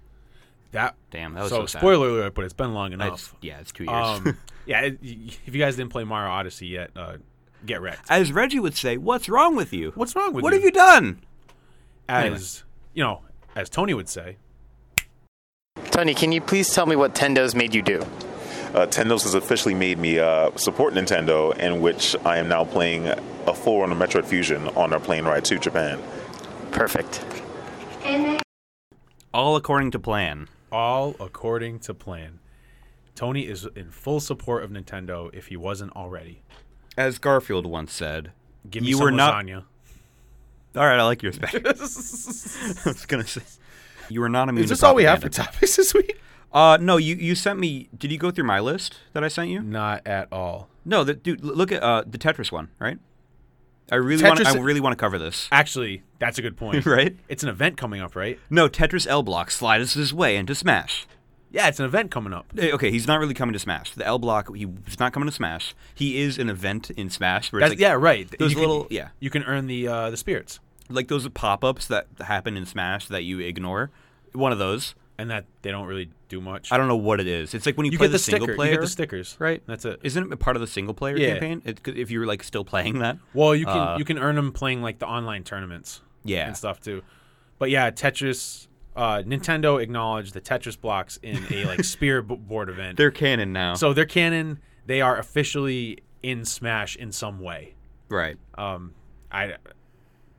Speaker 4: That
Speaker 5: Damn, that was
Speaker 4: so,
Speaker 5: so sad.
Speaker 4: spoiler alert, but it's been long
Speaker 5: That's,
Speaker 4: enough.
Speaker 5: yeah, it's two years.
Speaker 4: Um, yeah, it, y- if you guys didn't play Mario Odyssey yet, uh, get wrecked.
Speaker 5: As Reggie would say, what's wrong with you?
Speaker 4: What's wrong with
Speaker 5: What
Speaker 4: you?
Speaker 5: have you done?
Speaker 4: As you know, as Tony would say,
Speaker 2: Tony, can you please tell me what Tendo's made you do?
Speaker 3: Uh, Tendo's has officially made me uh, support Nintendo, in which I am now playing a full on Metroid Fusion on our plane ride to Japan.
Speaker 2: Perfect.
Speaker 5: All according to plan.
Speaker 4: all according to plan. Tony is in full support of Nintendo if he wasn't already.
Speaker 5: As Garfield once said,
Speaker 4: Give me
Speaker 5: You
Speaker 4: some
Speaker 5: were not-
Speaker 4: lasagna.
Speaker 5: All right, I like your spec. I was going to say. You are not immune to propaganda.
Speaker 4: topics this week?
Speaker 5: Uh, no, you, you sent me. Did you go through my list that I sent you?
Speaker 4: Not at all.
Speaker 5: No, the, dude, l- look at uh, the Tetris one, right? I really want. I
Speaker 4: Tetris-
Speaker 5: really want to cover this.
Speaker 4: Actually, that's a good point.
Speaker 5: Right?
Speaker 4: It's an event coming up, right?
Speaker 5: No, Tetris L block slides his way into Smash.
Speaker 4: Yeah, it's an event coming up.
Speaker 5: Eh, Okay, he's not really coming to Smash. The L block, he- he's not coming to Smash. He is an event in Smash. Where it's
Speaker 4: That's,
Speaker 5: like,
Speaker 4: yeah, right.
Speaker 5: Those
Speaker 4: You can-
Speaker 5: little, yeah,
Speaker 4: You can earn the uh, the spirits,
Speaker 5: like those pop-ups that happen in Smash that you ignore. One of those.
Speaker 4: and that they don't really do much.
Speaker 5: I don't know what it is. It's like when you,
Speaker 4: you
Speaker 5: play
Speaker 4: get the,
Speaker 5: the
Speaker 4: sticker.
Speaker 5: single player.
Speaker 4: You get the stickers.
Speaker 5: right?
Speaker 4: That's it.
Speaker 5: Isn't it a part of the single player
Speaker 4: Yeah.
Speaker 5: campaign? It, could- if you're like still playing that,
Speaker 4: Well, you can
Speaker 5: Uh,
Speaker 4: you can earn them playing like the online tournaments.
Speaker 5: Yeah.
Speaker 4: And stuff too. But yeah, Tetris. Uh, Nintendo acknowledged the Tetris blocks in a like spear b- board event.
Speaker 5: they're canon now.
Speaker 4: so they're canon. They are officially in Smash in some way.
Speaker 5: right,
Speaker 4: Um, I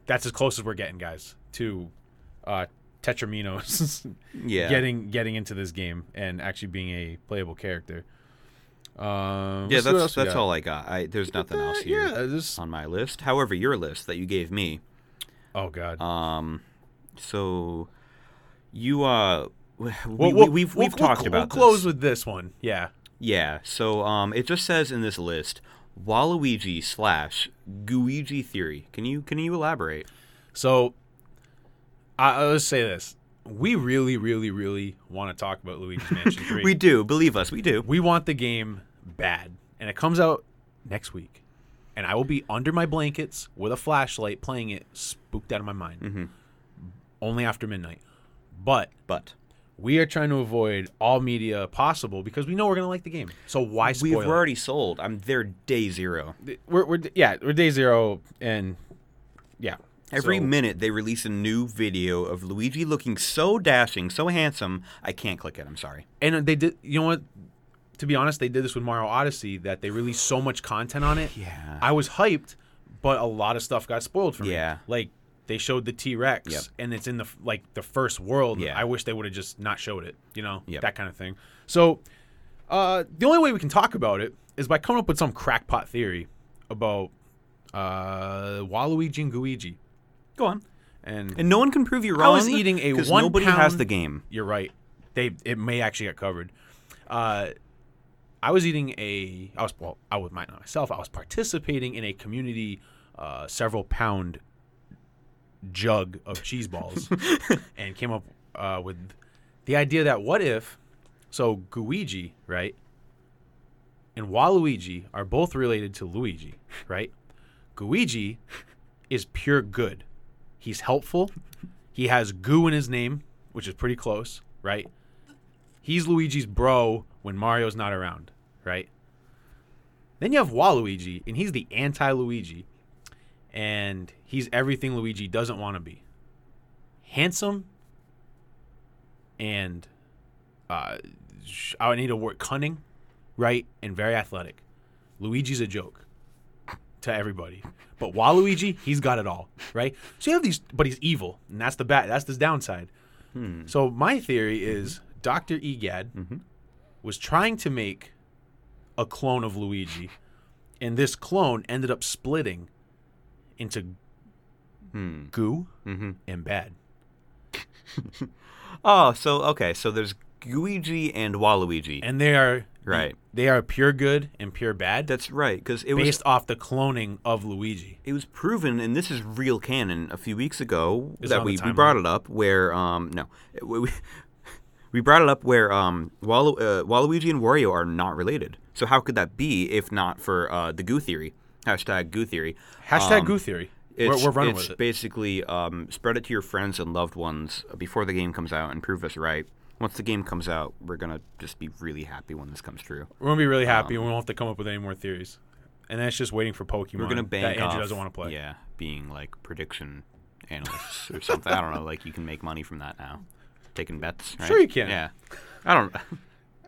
Speaker 4: that's as close as we're getting, guys, to uh, Tetraminos
Speaker 5: yeah,
Speaker 4: getting getting into this game and actually being a playable character. Um,
Speaker 5: yeah.
Speaker 4: let's see what
Speaker 5: That's
Speaker 4: else we
Speaker 5: that's
Speaker 4: got. Uh,
Speaker 5: all I got. I there's nothing else here
Speaker 4: Yeah, this-
Speaker 5: on my list. However, your list that you gave me.
Speaker 4: Oh God.
Speaker 5: Um, so you uh, we,
Speaker 4: We'll-
Speaker 5: we,
Speaker 4: we'll-
Speaker 5: have we've
Speaker 4: we'll- we'll
Speaker 5: talked
Speaker 4: cl-
Speaker 5: about
Speaker 4: We'll close
Speaker 5: this.
Speaker 4: with this one. Yeah.
Speaker 5: Yeah. So um, it just says in this list, Waluigi slash Guigi theory. Can you can you elaborate?
Speaker 4: So, I, I'll just say this: we really, really, really want to talk about Luigi's Mansion Three.
Speaker 5: We do believe us. We do.
Speaker 4: we want the game bad, and it comes out next week. And I will be under my blankets with a flashlight playing it, spooked out of my mind. Only after midnight. But
Speaker 5: But
Speaker 4: we are trying to avoid all media possible because we know we're gonna like the game. So why spoil?
Speaker 5: we've
Speaker 4: it?
Speaker 5: already sold. I'm there day zero.
Speaker 4: we're, we're yeah we're day zero and yeah
Speaker 5: Every
Speaker 4: So-
Speaker 5: minute they release a new video of Luigi looking so dashing, so handsome. I can't click it. I'm sorry.
Speaker 4: and they did you know what to be honest they did this with mario odyssey that they released so much content on it
Speaker 5: Yeah.
Speaker 4: i was hyped but a lot of stuff got spoiled for me
Speaker 5: Yeah.
Speaker 4: like they showed the t-rex
Speaker 5: Yep.
Speaker 4: and it's in the f- like the first world
Speaker 5: Yeah.
Speaker 4: i wish they would have just not showed it you know
Speaker 5: Yep.
Speaker 4: that kind of thing so uh, the only way we can talk about it is by coming up with some crackpot theory about uh, waluigi and guigi
Speaker 5: Go on.
Speaker 4: and,
Speaker 5: And no one can prove you
Speaker 4: I
Speaker 5: wrong.
Speaker 4: was eating a
Speaker 5: 'cause
Speaker 4: one
Speaker 5: Nobody has
Speaker 4: pound-
Speaker 5: the game.
Speaker 4: You're right. They it may actually get covered. Uh, I was eating a. I was well. I was not myself. I was participating in a community, uh, several pound jug of cheese balls, and came up uh, with the idea that what if, so Guigi right, and Waluigi are both related to Luigi, right? Guigi is pure good. He's helpful. He has goo in his name, which is pretty close, right? He's Luigi's bro when Mario's not around, right? Then you have Waluigi, and he's the anti Luigi, and he's everything Luigi doesn't want to be handsome and uh, sh- I would need to work cunning, right? And very athletic. Luigi's a joke to everybody. But Waluigi, he's got it all, right? So you have these, but he's evil, and that's the bad. That's his downside.
Speaker 5: Hmm.
Speaker 4: So my theory is Doctor Egad
Speaker 5: Mm-hmm.
Speaker 4: was trying to make a clone of Luigi, and this clone ended up splitting into
Speaker 5: Hmm.
Speaker 4: goo
Speaker 5: Mm-hmm.
Speaker 4: and bad.
Speaker 5: Oh, so okay. So there's Guigi and Waluigi.
Speaker 4: and they are
Speaker 5: Right.
Speaker 4: They are pure good and pure bad.
Speaker 5: That's right, because it was
Speaker 4: based off the cloning of Luigi.
Speaker 5: it was proven, and this is real canon. A few weeks ago,
Speaker 4: Is it
Speaker 5: that
Speaker 4: on
Speaker 5: we,
Speaker 4: the
Speaker 5: we
Speaker 4: timeline?
Speaker 5: brought it up where um no we, we- we brought it up where um Walu- uh, Waluigi and Wario are not related. So how could that be if not for uh, the Goo theory? Hashtag Goo theory.
Speaker 4: Hashtag
Speaker 5: Um,
Speaker 4: goo theory. We're,
Speaker 5: It's,
Speaker 4: we're running
Speaker 5: it's
Speaker 4: with it.
Speaker 5: basically um, spread it to your friends and loved ones before the game comes out and prove us right. Once the game comes out, we're gonna just be really happy when this comes true.
Speaker 4: We're gonna be really happy, and we won't have to come up with any more theories. And that's just waiting for Pokemon.
Speaker 5: We're gonna bank
Speaker 4: that Andrew
Speaker 5: off,
Speaker 4: doesn't want to play.
Speaker 5: Yeah, being like prediction analysts or something. I don't know. Like you can make money from that now, taking bets. Right?
Speaker 4: Sure you can.
Speaker 5: Yeah, I don't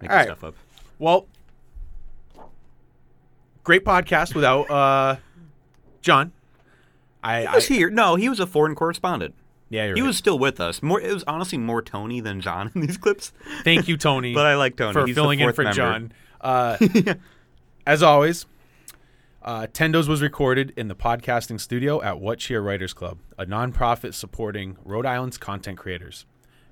Speaker 5: making
Speaker 4: right.
Speaker 5: stuff up.
Speaker 4: Well, great podcast without uh, John. I,
Speaker 5: He was
Speaker 4: I-
Speaker 5: here. No, he was a foreign correspondent.
Speaker 4: yeah, you're
Speaker 5: He
Speaker 4: right.
Speaker 5: was still with us. More, it was honestly more Tony than John in these clips.
Speaker 4: Thank you, Tony.
Speaker 5: But I like Tony.
Speaker 4: for
Speaker 5: He's the
Speaker 4: filling in
Speaker 5: fourth
Speaker 4: for
Speaker 5: member.
Speaker 4: John. Uh, as always, uh, Tendos was recorded in the podcasting studio at What Cheer Writers Club, a nonprofit supporting Rhode Island's content creators.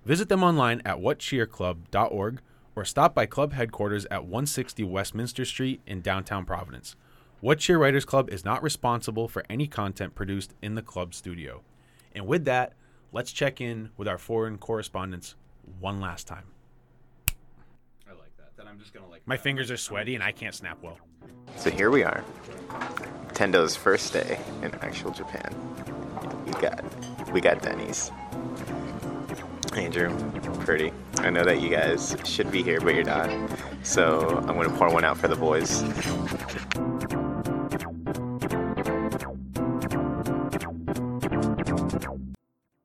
Speaker 4: Visit them online at whatcheerclub.org or stop by club headquarters at 160 Westminster Street in downtown Providence. What Cheerwriters Club is not responsible for any content produced in the club studio. And with that, let's check in with our foreign correspondents one last time.
Speaker 5: I like that. Then I'm just gonna like.
Speaker 4: My fingers are sweaty and I can't snap well.
Speaker 7: So here we are. Tendo's first day in actual Japan. We got we got Denny's. Andrew, Purdy, I know that you guys should be here, but you're not. So I'm gonna pour one out for the boys.